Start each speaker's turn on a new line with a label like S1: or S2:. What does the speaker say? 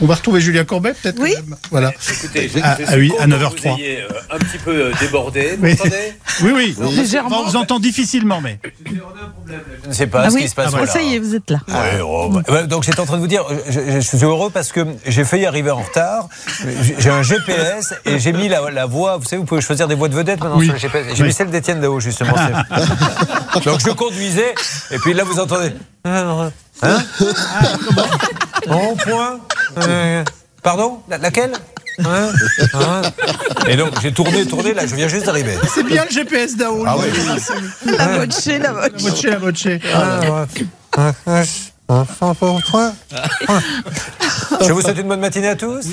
S1: On va retrouver Julien Courbet, peut-être
S2: Oui.
S1: quand même. Voilà.
S3: Écoutez, je,
S1: Ah,
S3: je
S1: ah
S3: suis
S1: oui,
S3: content
S1: à
S3: que
S1: 9h03.
S3: Vous ayez, euh, un petit peu euh, débordé, vous
S1: Oui.
S3: m'entendez
S1: Oui, oui.
S4: Légèrement.
S1: On vous entend difficilement, mais.
S5: Je ne sais pas
S2: Ah
S5: ce
S2: oui,
S5: qui se passe.
S2: ah,
S5: voilà.
S2: ça y est, vous êtes là.
S5: Ouais, oh, bah, ouais, donc j'étais en train de vous dire, je, je- je suis heureux parce que j'ai failli arriver en retard. J'ai- J'ai un GPS et j'ai mis la, la voix. Vous savez, vous pouvez choisir des voix de vedettes maintenant
S1: Oui.
S5: sur le GPS. J'ai
S1: Oui.
S5: mis celle d'Étienne Dao justement. C'est- donc je conduisais et puis là vous entendez. Hein
S1: Ah,
S5: En point. Euh, pardon La- Laquelle Hein Hein Et donc j'ai tourné, tourné. Là, je viens juste d'arriver.
S1: C'est bien le GPS d'Ao.
S5: Ah oui.
S2: La voce, la voce.
S1: Moche, la moche.
S5: Je vous souhaite une bonne matinée à tous.